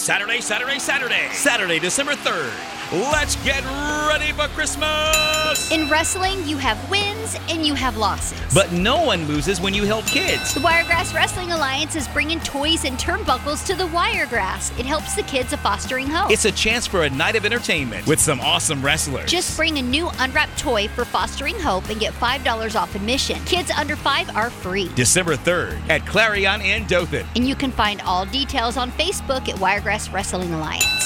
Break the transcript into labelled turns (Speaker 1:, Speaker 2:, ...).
Speaker 1: Saturday, Saturday, Saturday. Saturday, December 3rd. Let's get ready for Christmas!
Speaker 2: In wrestling, you have wins and you have losses.
Speaker 1: But no one loses when you help kids.
Speaker 2: the Wiregrass Wrestling Alliance is bringing toys and turnbuckles to the Wiregrass. It helps the kids of fostering hope.
Speaker 1: It's a chance for a night of entertainment with some awesome wrestlers.
Speaker 2: Just bring a new unwrapped toy for Fostering Hope and get $5 off admission. Kids under 5 are free.
Speaker 1: December 3rd at Clarion in Dothan.
Speaker 2: And you can find all details on Facebook at Wiregrass Wrestling Alliance.